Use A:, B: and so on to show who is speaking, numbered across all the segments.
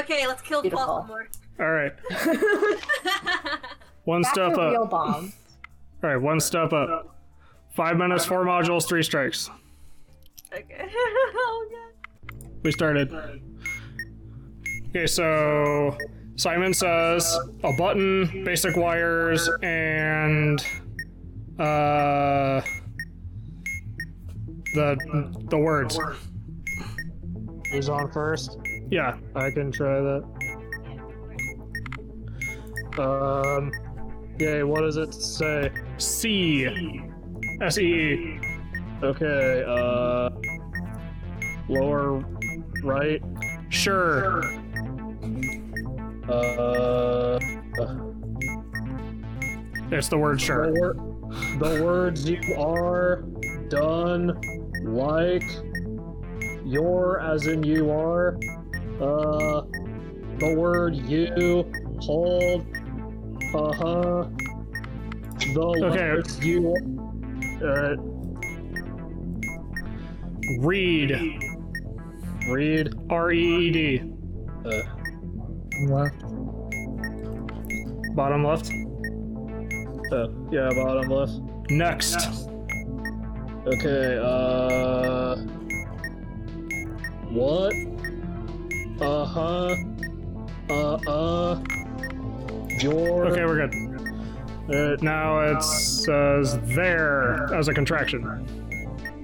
A: Okay, let's kill
B: Beautiful.
A: Baltimore.
C: All right. One
B: That's
C: step
B: a
C: up.
B: real bomb.
C: All right, one step up. Five minutes, four modules, three strikes.
A: okay. oh god.
C: We started. Okay, so Simon says a button, basic wires, and uh, the the words.
D: Who's on first?
C: Yeah.
D: I can try that. Um, yay, what does it say?
C: C. S E E.
D: Okay, uh, lower right.
C: Sure.
D: Uh,
C: It's the word
D: the,
C: sure.
D: wor- the words you are done like your as in you are uh the word you hold uh-huh the
C: Okay.
D: words you uh,
C: Read.
D: read
C: R E E D.
D: uh,
C: Bottom left.
D: uh, yeah bottom left
C: Next.
D: Okay, uh. What? Uh huh. Uh uh. Your.
C: Okay, we're good.
D: Uh,
C: Now it says there as a contraction.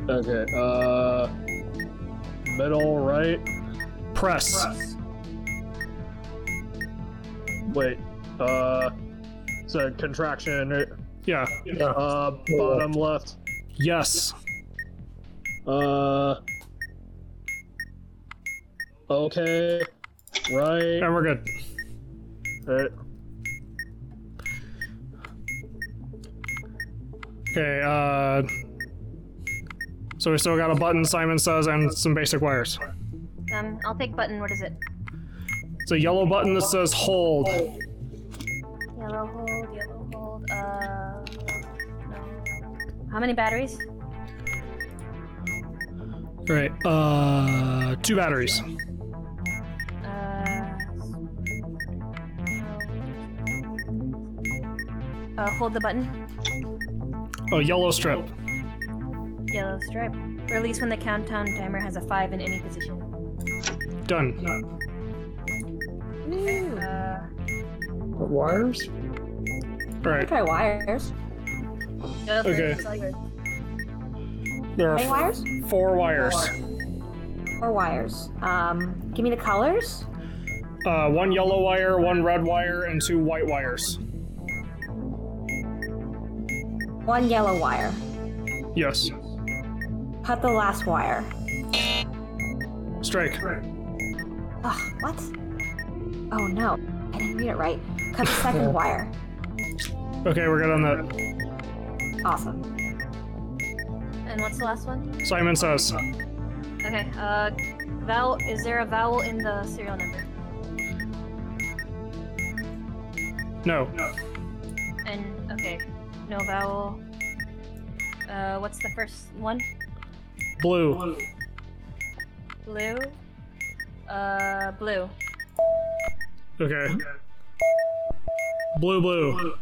D: okay, uh. Middle right.
C: Press.
D: Wait, uh. It's a contraction. right?
C: Yeah.
D: Uh, bottom left.
C: Yes.
D: Uh. Okay. Right. uh,
C: And we're good.
D: right.
C: Okay, uh. So we still got a button, Simon says, and some basic wires.
E: Um, I'll take button. What is it?
C: It's a yellow button that says hold.
E: Yellow hold, yellow hold. Uh, no. How many batteries?
C: Right. Uh. Two batteries.
E: Uh, uh, hold the button.
C: A yellow strip.
E: Yellow stripe. Release when the countdown timer has a five in any position.
C: Done.
B: Mm.
E: Uh,
D: Wires?
C: Alright.
B: Try wires.
E: go
C: Okay.
E: first, it's all yours.
C: There
B: Any
C: are
B: wires?
C: f- four wires.
B: Or wires. Um, give me the colors.
C: Uh, one yellow wire, one red wire, and two white wires.
B: One yellow wire.
C: Yes.
B: Cut the last wire.
C: Strike.
B: Ugh, what? Oh no, I didn't read it right. Cut the second wire.
C: Okay, we're good on that.
B: Awesome.
E: And what's the last one?
C: Simon says
E: Okay. Uh, vowel. Is there a vowel in the serial number?
C: no.
E: And okay, no vowel. Uh, what's the first one?
C: Blue.
E: Blue. Uh, blue.
C: Okay. Blue, blue.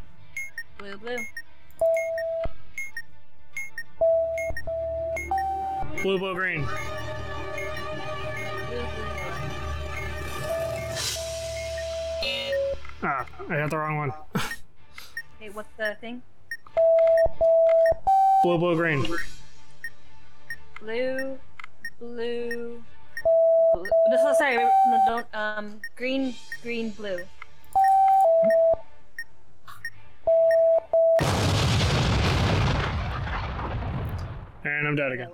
E: Blue, blue.
C: Blue, blue, green.
E: Blue, blue.
C: Ah, I had the wrong one.
E: Okay, what's the thing?
C: Blue, blue, green.
E: Blue, blue. blue. No, sorry, no, don't. Um, green, green, blue.
C: And I'm dead again.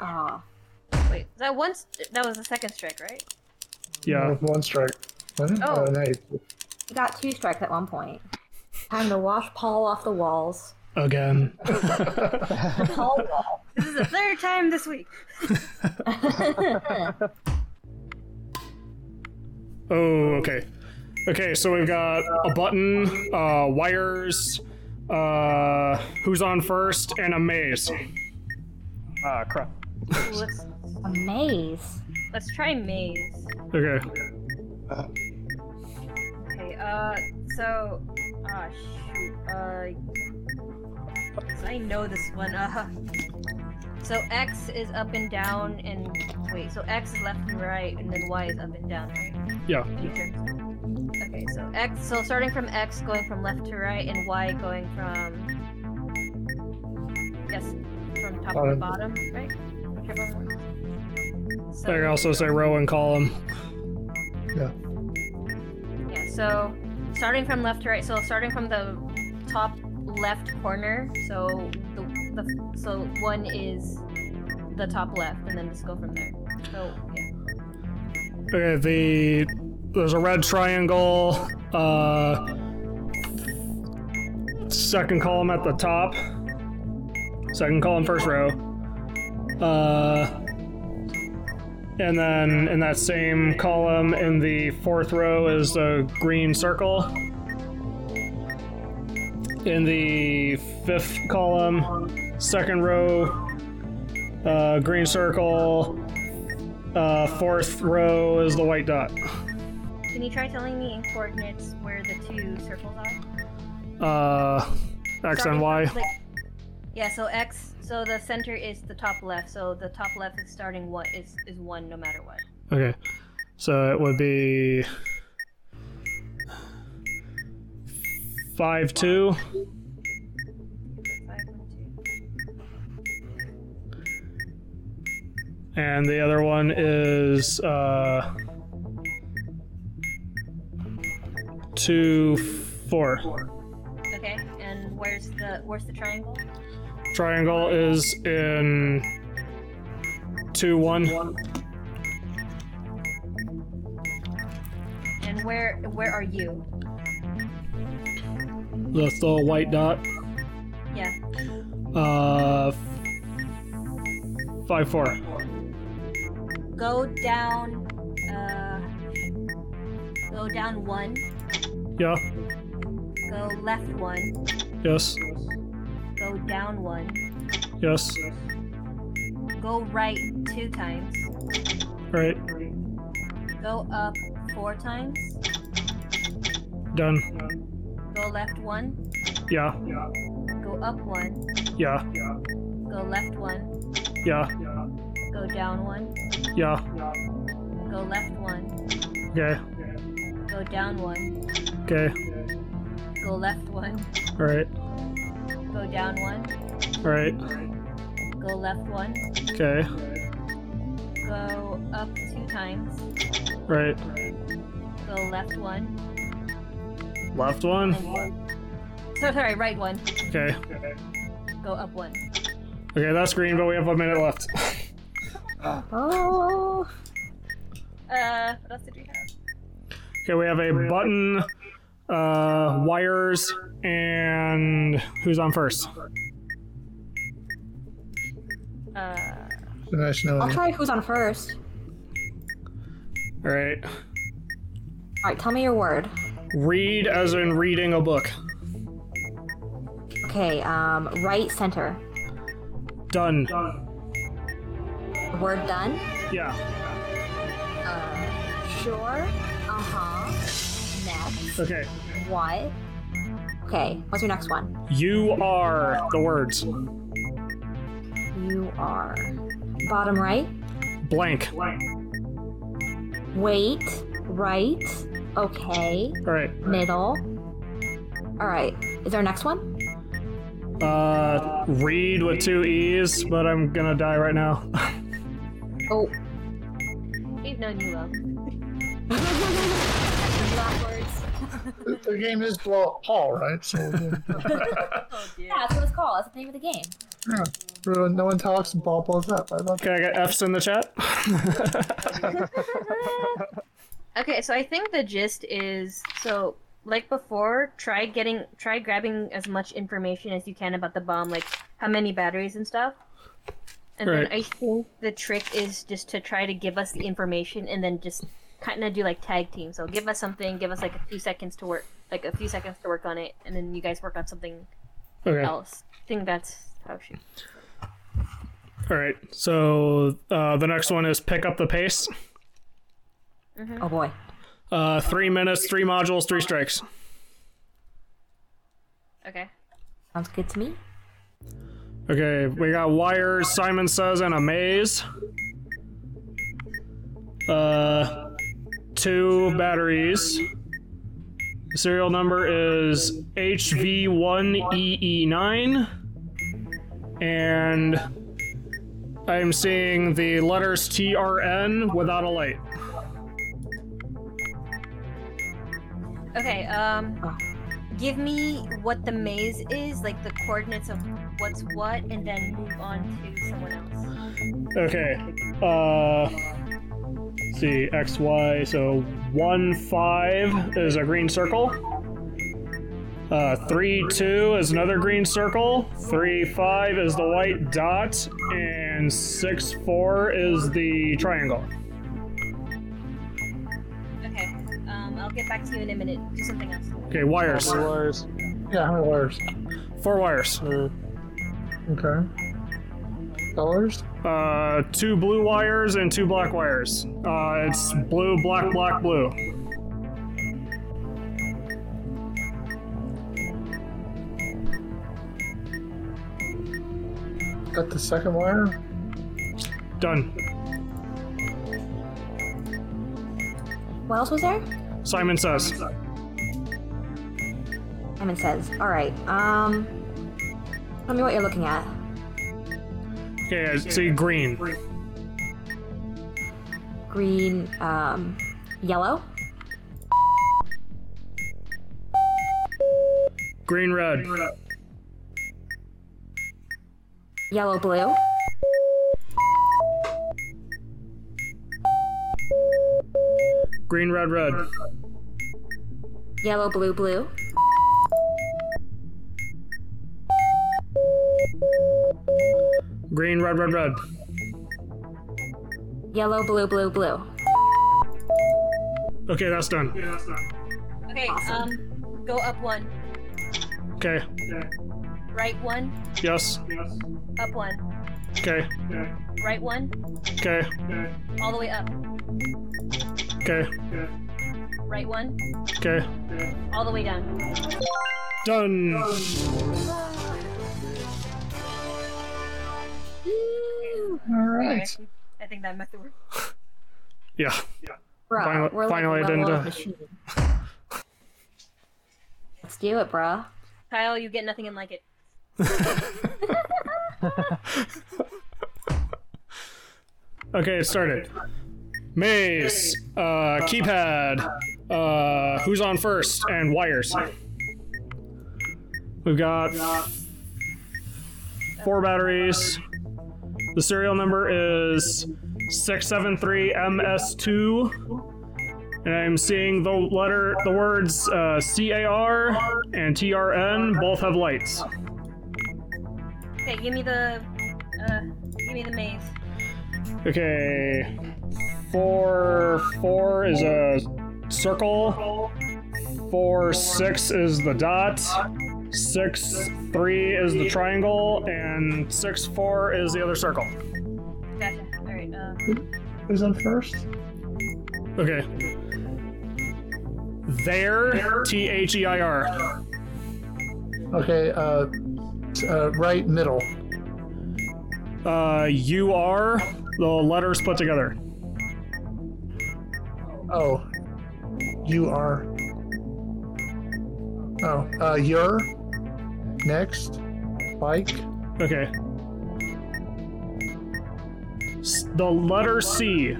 B: Aw.
E: Wait, that once that was the second strike, right?
C: Yeah.
D: One strike.
E: Oh.
D: uh,
B: You got two strikes at one point. Time to wash Paul off the walls.
C: Again.
B: Paul wall.
E: This is the third time this week.
C: Oh, okay. Okay, so we've got a button, uh, wires, uh, who's on first, and a maze.
D: Ah, crap.
E: Ooh, let's
B: A maze.
E: let's try maze.
C: Okay.
E: Okay, uh, so, ah, shoot, uh, 'cause I know this one, uh, so X is up and down, and, wait, so X is left and right, and then Y is up and down, right?
C: Yeah.
E: In terms of- Okay, so X, so starting from X, going from left to right, and Y going from, yes, from top to
F: Bottom.
E: bottom, right? Whichever one.
C: I can also say row and column.
E: Yeah, so starting from left to right, so starting from the top left corner, so the, the so one is the top left, and then just go from there. So yeah.
C: Okay, the there's a red triangle. Uh, second column at the top. Second column, first row. Uh, and then in that same column, in the fourth row, is a green circle. In the fifth column, second row, uh, green circle. Uh, fourth row is the white dot.
E: Can you try telling me in coordinates where the two circles are?
C: Uh, X
E: Starting
C: and Y.
E: from, like- yeah, so X. So the center is the top left. So the top left is starting what is is one no matter what.
C: Okay, so it would be five two.
E: Five, one, two.
C: And the other one is uh, two four.
E: Okay, and where's the where's the triangle?
C: Triangle is in two one.
E: And where where are you?
C: That's the white dot.
E: Yeah.
C: Uh, five four.
E: go down uh go down one
C: Yeah.
E: go left one
C: Yes.
E: go down one
C: Yes.
E: go right two times
C: Right.
E: go up four times
C: Done.
E: go left one
C: Yeah.
E: go up one
C: Yeah.
E: go left one
C: Yeah.
E: go down one
C: Yeah.
E: go left one
C: Okay.
E: go down one
C: Okay.
E: go left one
C: All right.
E: go down one
C: All right.
E: go left one
C: Okay.
E: go up two times
C: Right.
E: go left one
C: Left one.
E: and one so sorry right one
C: Okay.
E: go up one
C: Okay, that's green, but we have a minute left.
B: Oh.
E: uh what else did we have
C: Okay, we have a button, uh, wires, and who's on first?
E: Uh,
F: The
B: I'll
C: Uh.
F: nationality.
B: try who's on first.
C: All right.
B: All right, tell me your word.
C: Read as in reading a book.
B: Okay, um, right center.
C: Done.
B: Word done.
C: Yeah.
B: Uh, sure. Uh huh. Next.
C: Okay.
B: What? Okay, what's your next one?
C: You are the words.
B: You are bottom right.
C: Blank. All
B: Wait, right. Okay,
C: right.
B: middle. All right, is there a next one?
C: Uh, read with two E's, but I'm gonna die right now.
B: Oh,
E: we've known you well.
B: not words.
F: The- The game is Blah Paul, right? So
E: Oh dear.
B: Yeah, that's what it's called. That's the name of the game.
F: yeah. Everyone- no one talks and Paul pulls up. I love
C: Okay, I got F's in the chat.
E: Okay, so I think the gist is so like before, try getting try grabbing as much information as you can about the bomb, like how many batteries and stuff. And then
C: Right.
E: I think the trick is just to try to give us the information and then just kind of do like tag team. So give us something, give us like a few seconds to work, like a few seconds to work on it, and then you guys work on something
C: Okay.
E: else. I think that's how she.
C: All right. So uh, the next one is pick up the pace.
B: Oh boy.
C: Uh, three minutes, three modules, three strikes.
E: Okay.
B: Sounds good to me.
C: Okay, we got wires, Simon says, and a maze. Uh, two batteries. Serial number is HV1EE9. E And I'm seeing the letters TRN without a light.
E: Okay, um
B: Oh.
E: give me what the maze is, like the coordinates of what's what, and then move on to someone else.
C: Okay. Uh let's see, XY, so one five is a green circle. Uh three two is another green circle. Three five is the white dot, and six four is the triangle.
E: Okay. Um I'll get back to you in a minute. Do something else.
C: Okay, wires.
F: How many wires? Yeah, how many wires?
C: Four wires.
F: Uh, okay. Dollars?
C: Uh two blue wires and two black wires. Uh it's blue, black, black, blue.
F: Got the second wire?
C: Done.
B: What else was there?
C: Simon says.
B: Simon says, "All right. Um, tell me what you're looking at.
C: Okay, I see green.
B: Green, um, yellow.
C: Green red.
B: Yellow, blue.
C: Green red red.
B: Yellow, blue, blue.
C: Green, red, red, red.
B: Yellow, blue, blue, blue.
C: Okay, that's done.
E: Okay, um go up one.
C: Okay.
E: Right one,
C: Yes.
E: up one,
C: Okay.
E: right one,
C: Okay.
E: all the way up.
C: Okay.
E: Right one,
C: Okay.
E: all the way down.
C: Done.
F: Alright.
E: I think that method worked.
C: Yeah.
B: Bruh,
C: Finally-
B: we're like
C: finally I
B: Willow
C: didn't,
B: the
C: uh,
B: machine. Let's do it, bruh.
E: Kyle, you get nothing in like it.
C: Okay, it started. Maze. Uh, keypad. Uh, who's on first? And wires. We've got f- four batteries. The serial number is 673MS2. And I'm seeing the letter, the words uh, CAR and TRN both have lights.
E: Okay, give me the uh give me the maze.
C: Okay. Four four is a circle. Four six is the dot. Six three is the triangle, and six four is the other circle.
E: Gotcha. Alright, uh
F: Who's on first?
C: Okay. There T H E I R.
F: Okay, uh, t- uh, right middle.
C: Uh U R the letters put together.
F: Oh. You are. Oh, uh, your. Next. Bike.
C: Okay. S- the letter C.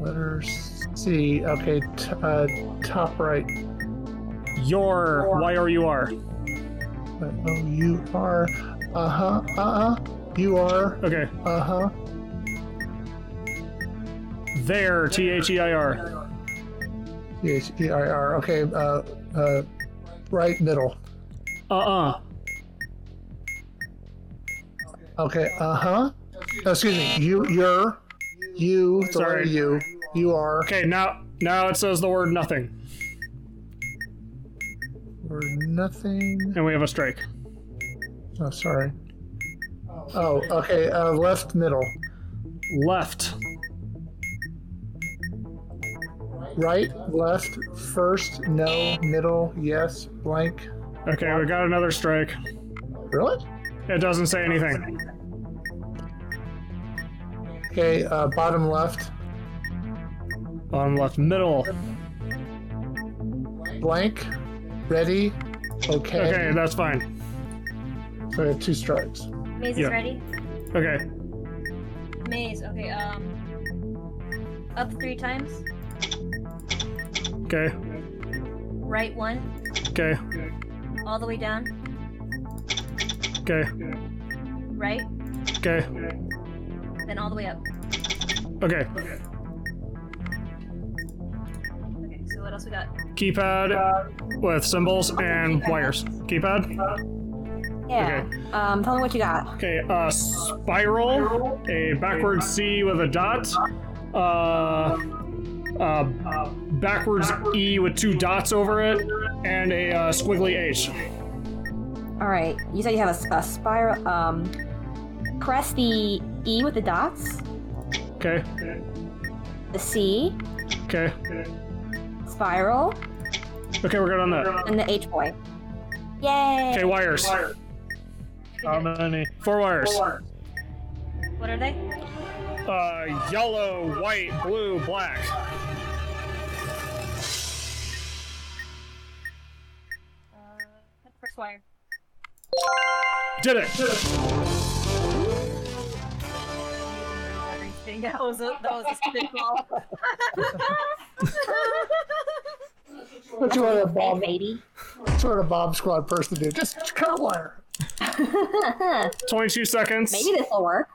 F: Letter C. Okay, t- uh, top right.
C: Your Y R U R.
F: Oh, you are. Uh huh. Uh huh. You are.
C: Okay.
F: Uh huh.
C: There, T H E I R.
F: Yes, E I R. Okay, uh, uh, right middle.
C: Uh uh.
F: Okay, uh huh. excuse me. You, your. You, the letter
C: Sorry.
F: you. You are.
C: Okay, now now it says the word nothing,
F: Or nothing.
C: and we have a strike.
F: Oh, sorry. Oh, okay. Uh, left middle.
C: Left.
F: right, left, first, no, middle, yes, blank.
C: Okay, we got another strike.
F: Really?
C: It doesn't say anything.
F: Okay, uh, bottom left,
C: Bottom left, middle.
F: blank, ready, okay.
C: Okay, that's fine.
F: So we have two strikes.
E: Maze
C: Yeah.
E: is ready.
C: Okay,
E: Maze. Okay. Um. Up three times.
C: okay,
E: Right one.
C: okay,
E: All the way down.
C: okay,
E: Right.
C: okay,
E: Then all the way up.
C: okay.
E: Okay. So what else we got?
C: Keypad with symbols and wires. Keypad.
B: Yeah. Um, tell me what you got.
C: Okay, uh, spiral, a backward C with a dot, uh, uh, backwards E with two dots over it, and a uh, squiggly H.
B: All right. You said you have a, s- a spiral. Um, press the E with the dots,
C: Okay,
B: the C,
C: okay,
B: spiral,
C: okay, we're good on that.
B: and the H boy. Yay!
C: Okay, wires. How many? Four wires.
E: What are they?
C: Uh, yellow, white, blue, black.
E: Uh, first wire.
C: Did it!
E: Everything. That was a, that was a spitball.
F: What you want a Bob,
B: baby.
F: sort of Bob Squad person to do? Just cut wire.
C: 22 seconds.
B: Maybe this will work.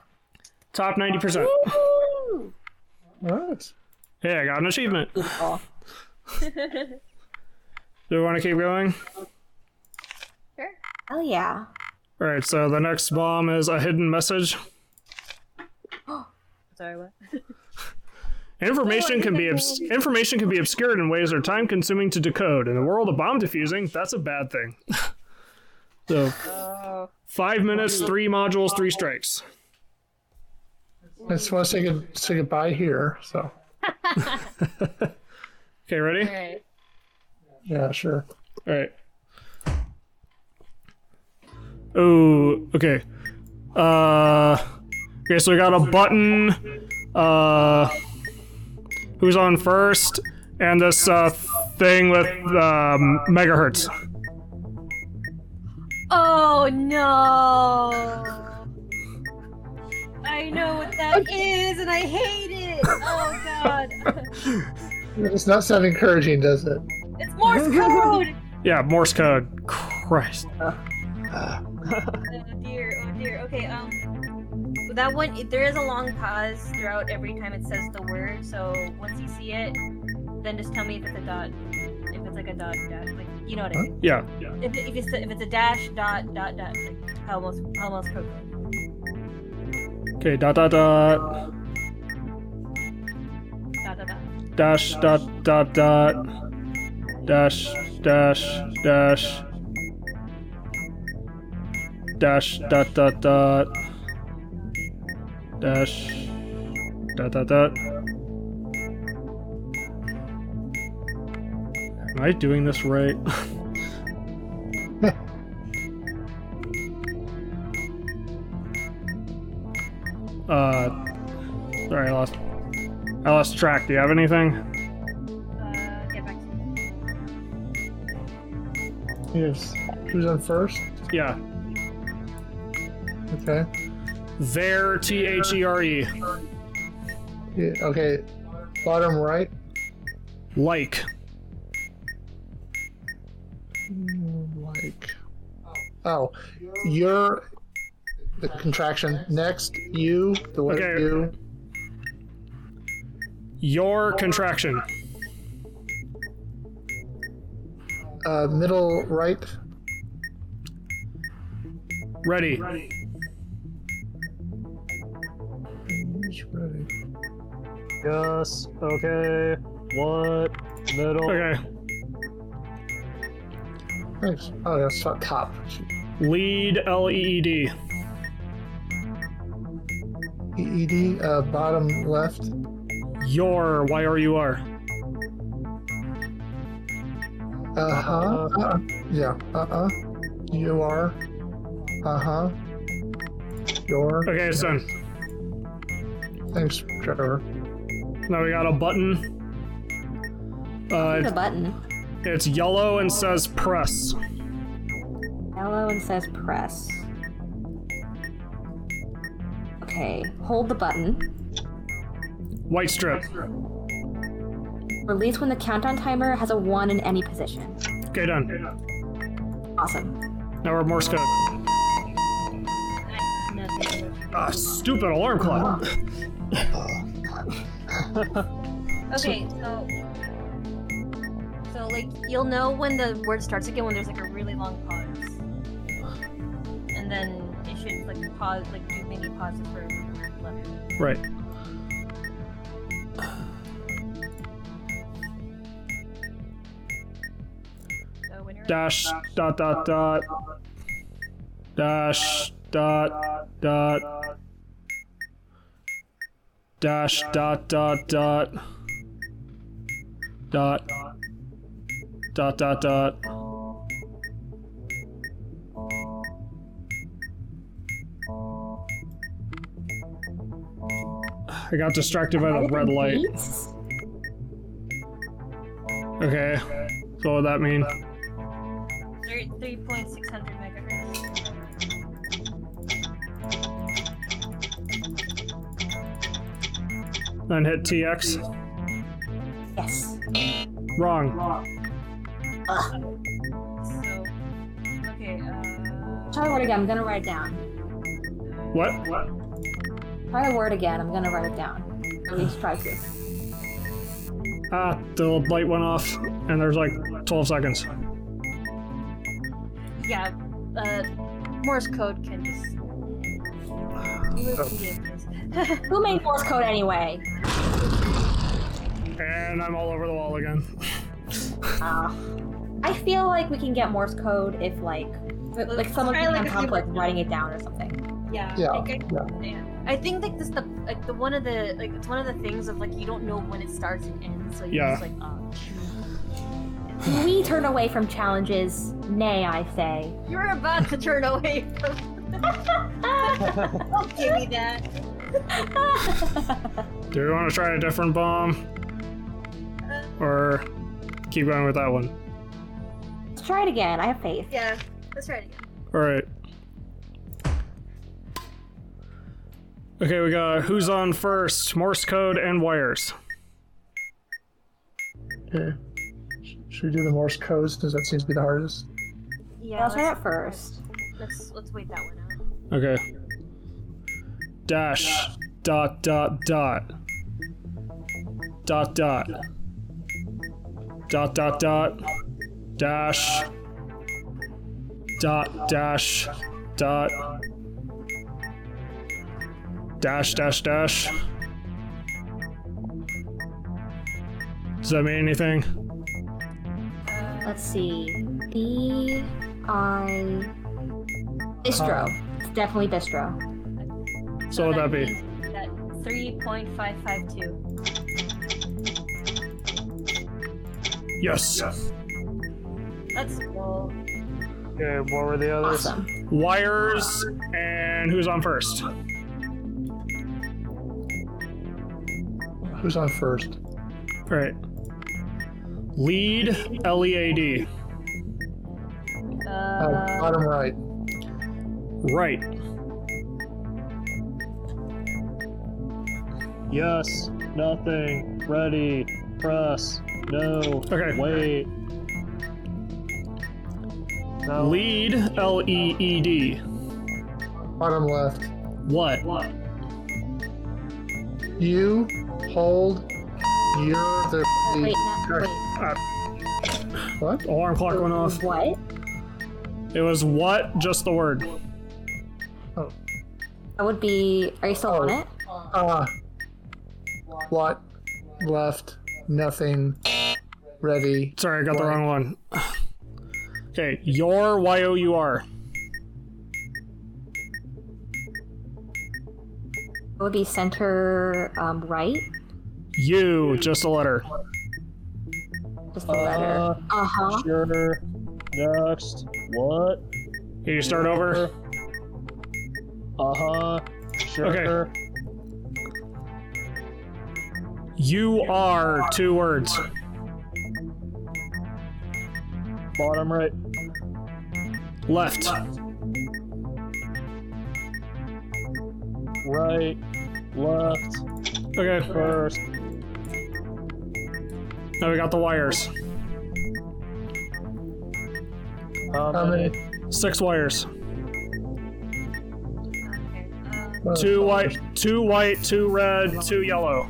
C: Top 90%.
B: Woo!
F: All right.
C: Hey, I got an achievement.
B: Cool.
C: Do we want to keep going?
E: Sure.
B: Hell yeah.
C: Alright, so the next bomb is a hidden message.
E: Sorry. What?
C: Information can be obs- information can be obscured in ways that are time consuming to decode. In the world of bomb defusing, that's a bad thing. so
E: Oh.
C: five minutes, three modules, three strikes.
F: I just want to say, good, say goodbye here. So,
C: Okay, ready?
E: Alright.
F: yeah, sure.
C: All right. Oh, okay. Uh, okay. So we got a button. Uh, who's on first? And this uh, thing with um, megahertz.
E: Oh no! I know what that is, and I hate it. Oh god!
F: It's not sound encouraging, does it?
E: It's Morse code.
C: Yeah, Morse code. Christ.
E: Oh dear! Oh dear! Okay. Um, that one. There is a long pause throughout every time it says the word. So once you see it, then just tell me if it's a dot. If it's like a dot, dot. Like you know what I mean.
C: Yeah. yeah.
E: If, if it's if it's a dash, dot, dot, dot. Like how most how most code.
C: Okay. Dot dot dot
E: Dot, dot, dot.
C: dash dot dot dot dash dash dash dash dot dot dot dash dot dot dot. Am I doing this right? uh, sorry, I lost. I lost track. Do you have anything?
E: Uh, get back to me.
F: Yes. Who's on first?
C: Yeah.
F: Okay.
C: There, T H E R E.
F: Yeah, okay. Bottom right.
C: Like.
F: Like. Oh, you're the contraction. Next, you, the word
C: Okay.
F: you.
C: Your contraction.
F: Uh, middle right.
C: Ready.
D: Yes. Okay. What? Middle.
C: Okay.
F: Thanks. Oh, that's not top.
C: Lead, L E E D.
F: E EED, uh, bottom left.
C: Your, Y R U R.
F: Uh huh. Uh-uh. Yeah. Uh uh You are. Uh huh. You're.
C: Okay, it's done.
F: Thanks, Trevor.
C: Now we got a button. Uh,
B: The button.
C: it's- it's yellow and says press.
B: Yellow and says press. Okay, hold the button.
C: White strip.
B: Release when the countdown timer has a 1 in any position.
C: Okay, done.
B: Awesome.
C: Now we're Morse code.
E: Nothing.
C: Ah, stupid alarm clock.
E: Okay, so so like you'll know when the word starts again when there's like a really long pause, and then it should like pause like do mini pauses for every letter.
C: Right.
E: So when you're
C: Dash, dot, dot, dot. Dash, dot, dot. Dash, dot, dot, dot. Dot. Dot, dot, dot. I got distracted by the red light.
B: Beats?
C: Okay. So what would that mean?
E: three three point six hundred megahertz.
C: Then hit TX.
B: Yes.
C: Wrong.
E: So okay, uh,
B: Try the word again. I'm gonna write it down.
C: What? What?
B: Try the word again. I'm gonna write it down. At least try to.
C: Ah, the light went off, and there's like 12 seconds.
E: yeah, uh, Morse code can just. You would be amazed.
B: Who made Morse code anyway?
C: And I'm all over the wall again.
B: Uh, I feel like we can get Morse code if like like someone
E: try,
B: can
E: like,
B: on
E: a
B: top of
E: few
B: like writing it down or something.
E: Yeah.
F: Yeah,
E: Like, I,
F: yeah.
E: yeah. I think like this the like the one of the like it's one of the things of like you don't know when it starts and ends, so you're
C: Yeah.
E: just like, oh,
B: we turn away from challenges. Nay, I say.
E: you're about to turn away from. Don't give me that.
C: Do we want to try a different bomb? Or keep going with that one?
B: Let's try it again. I have faith.
E: Yeah. Let's try it again.
C: Alright. Okay, we got who's on first Morse code and wires.
F: Okay. Sh- Should we do the Morse codes? Because that seems to be the hardest.
E: Yeah.
B: I'll try
E: Let's,
B: it first.
E: let's let's wait that one out.
C: Okay. Dash, dot, dot, dot. Dot, dot. Dot, dot, dot. Dash. Dot, dash, dot. Dash, dash, dash. Does that mean anything?
E: Uh,
B: Let's see. B I Bistro. it's definitely Bistro.
C: So what would that be?
E: means That three point five five two.
C: Yes.
E: That's well.
D: Okay, what were the others?
B: Awesome.
C: Wires, and who's on first?
F: Who's on first?
C: Right. Lead L E A D.
F: Oh,
E: Uh,
F: bottom right.
C: Right.
D: Yes, nothing, ready, press, no,
C: Okay.
D: wait. Now,
C: Lead L E E D.
F: Bottom left.
C: What?
F: You hold. You're the.
B: Wait, no, wait.
F: What?
C: Alarm clock went off.
B: What?
C: It was what? Just the word.
B: That would be. Are you still on it?
F: Ah. what? Left. Nothing. Ready.
C: Sorry, I got the
F: What?
C: wrong one. Okay, your Y O U R.
B: It would be center um, right.
C: You, just a letter.
B: Just the letter. Uh huh.
D: Sure. Next. What?
C: Here, you start over.
D: Uh huh. Sure.
C: Okay. You are two words.
D: Bottom right.
C: Left.
D: Right. Left.
C: Okay.
D: First.
C: Now we got the wires.
D: How
F: How
D: many?
F: many?
C: Six wires.
E: Okay. Uh,
F: Oh,
C: Two white, two white, two red, two yellow.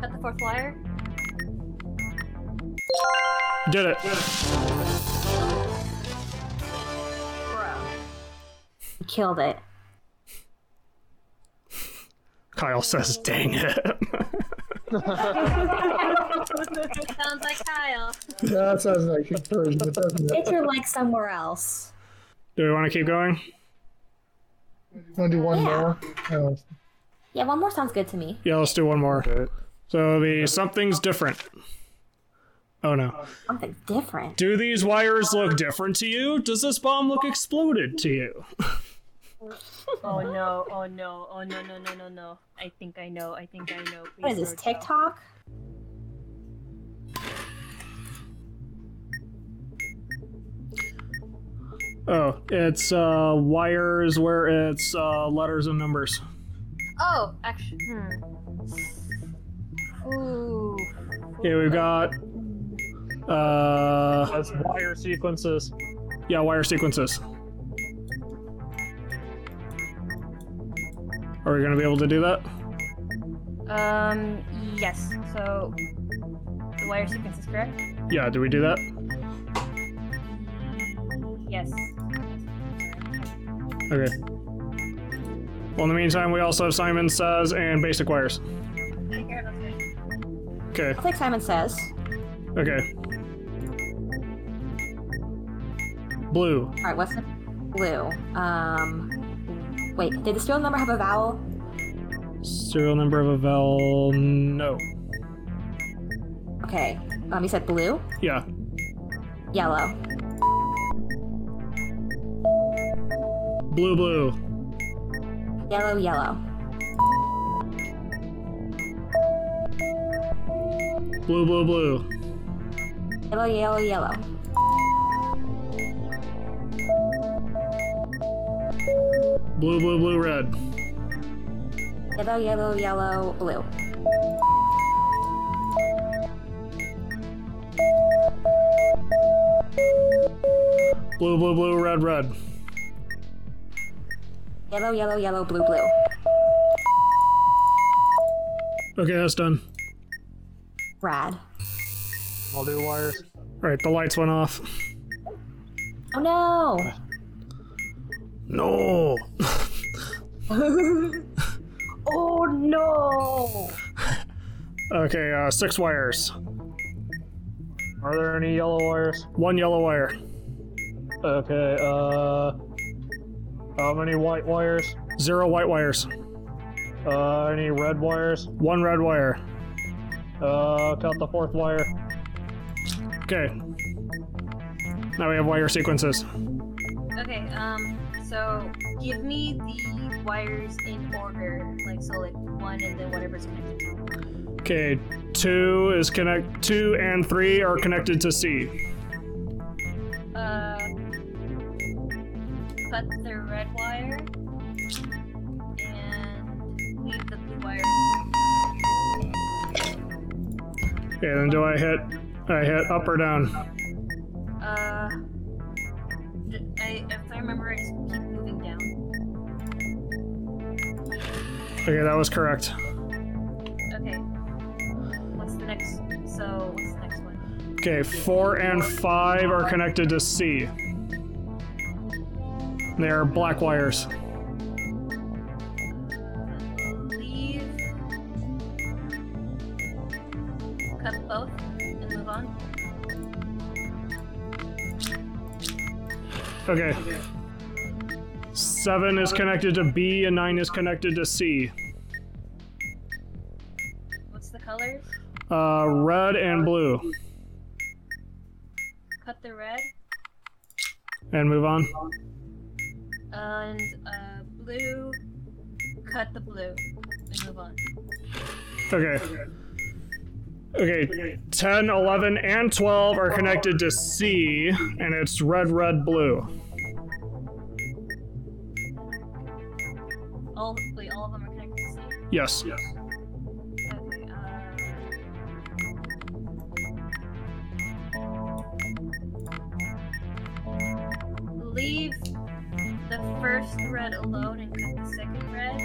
E: cut the fourth wire.
C: Did it.
B: Killed it.
C: Kyle says, dang it.
E: Sounds like Kyle.
F: That sounds like encouragement, doesn't it?
B: If you're like somewhere else.
C: Do we want to keep going?
F: Want to do one
B: Yeah.
F: more? Oh. No.
B: Yeah, one more sounds good to me.
C: Yeah, let's do one more. So the something's different. Oh no.
B: Something different.
C: Do these wires look different to you? Does this bomb look exploded to you?
E: Oh no, oh no, oh no, no, no, no, no. I think I know, I think I know.
B: What
E: Please
B: is this,
E: don't tell.
B: TikTok?
C: Oh, it's uh, wires where it's uh, letters and numbers.
E: Oh, actually. Hmm. Ooh.
C: Yeah, we've got. Uh,
D: That's wire sequences.
C: yeah, wire sequences. Are we gonna be able to do that?
E: Um, yes. So, the wire sequence is correct?
C: Yeah, do we do that?
E: Yes.
C: Okay. Well, in the meantime, we also have Simon Says and Basic Wires. Okay,
B: I'll take Simon Says.
C: okay. Blue.
B: Alright, what's the blue? Um. Wait, did the serial number have a vowel?
C: Serial number of a vowel. No.
B: Okay. Um, you said blue?
C: Yeah.
B: Yellow.
C: Blue, blue.
B: Yellow, yellow.
C: Blue, blue, blue.
B: Yellow, yellow, yellow.
C: Blue, blue, blue, red.
B: Yellow, yellow, yellow, blue.
C: Blue, blue, blue, red, red.
B: Yellow, yellow, yellow, blue, blue.
C: Okay, that's done.
B: Rad.
D: I'll do wires.
C: Alright, the lights went off.
B: Oh no!
C: No!
B: Oh no!
C: Okay, uh, six wires.
D: Are there any yellow wires?
C: One yellow wire.
D: Okay, uh. How many white wires?
C: Zero white wires.
D: Uh, any red wires?
C: One red wire.
D: Uh, count the fourth wire.
C: Okay. Now we have wire sequences.
E: Okay, um, so give me the wires in order. Like, so, like, one and then whatever's connected to it.
C: Okay, two is connect. Two and three are connected to C.
E: Uh, cut the red wire and leave the blue wire.
C: Okay, then do I hit? I hit up or down?
E: Uh, d- I, if I remember, I just keep moving down.
C: Okay, that was correct.
E: Okay. What's the next? So, what's the next one?
C: Okay, four and five are connected to C. They are black wires.
E: Leave. Cut both and move on.
C: Okay. Seven is connected to B and nine is connected to C.
E: the colors?
C: Uh, red and blue,
E: Cut the red
C: and move on.
E: and uh, blue. Cut the blue and move on.
C: Okay. Okay, 10, 11, and 12 are connected to C, and it's red, red, blue.
E: All wait, all of them are connected to the same.
C: Yes.
E: Okay, uh, leave the first red alone and cut the second red.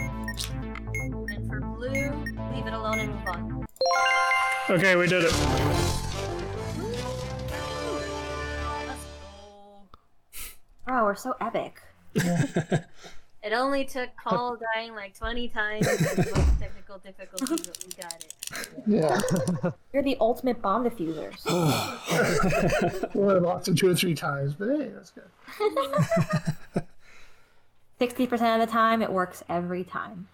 E: And for blue, leave it alone and move on.
C: Okay, we did it.
E: Let's go.
B: Oh, we're so epic.
E: It only took Paul dying like 20 times and most technical difficulties, but we got it.
F: Yeah.
B: You're the ultimate bomb diffusers.
F: we would have lost it two or three times, but hey, that's good.
B: 60% of the time, it works every time.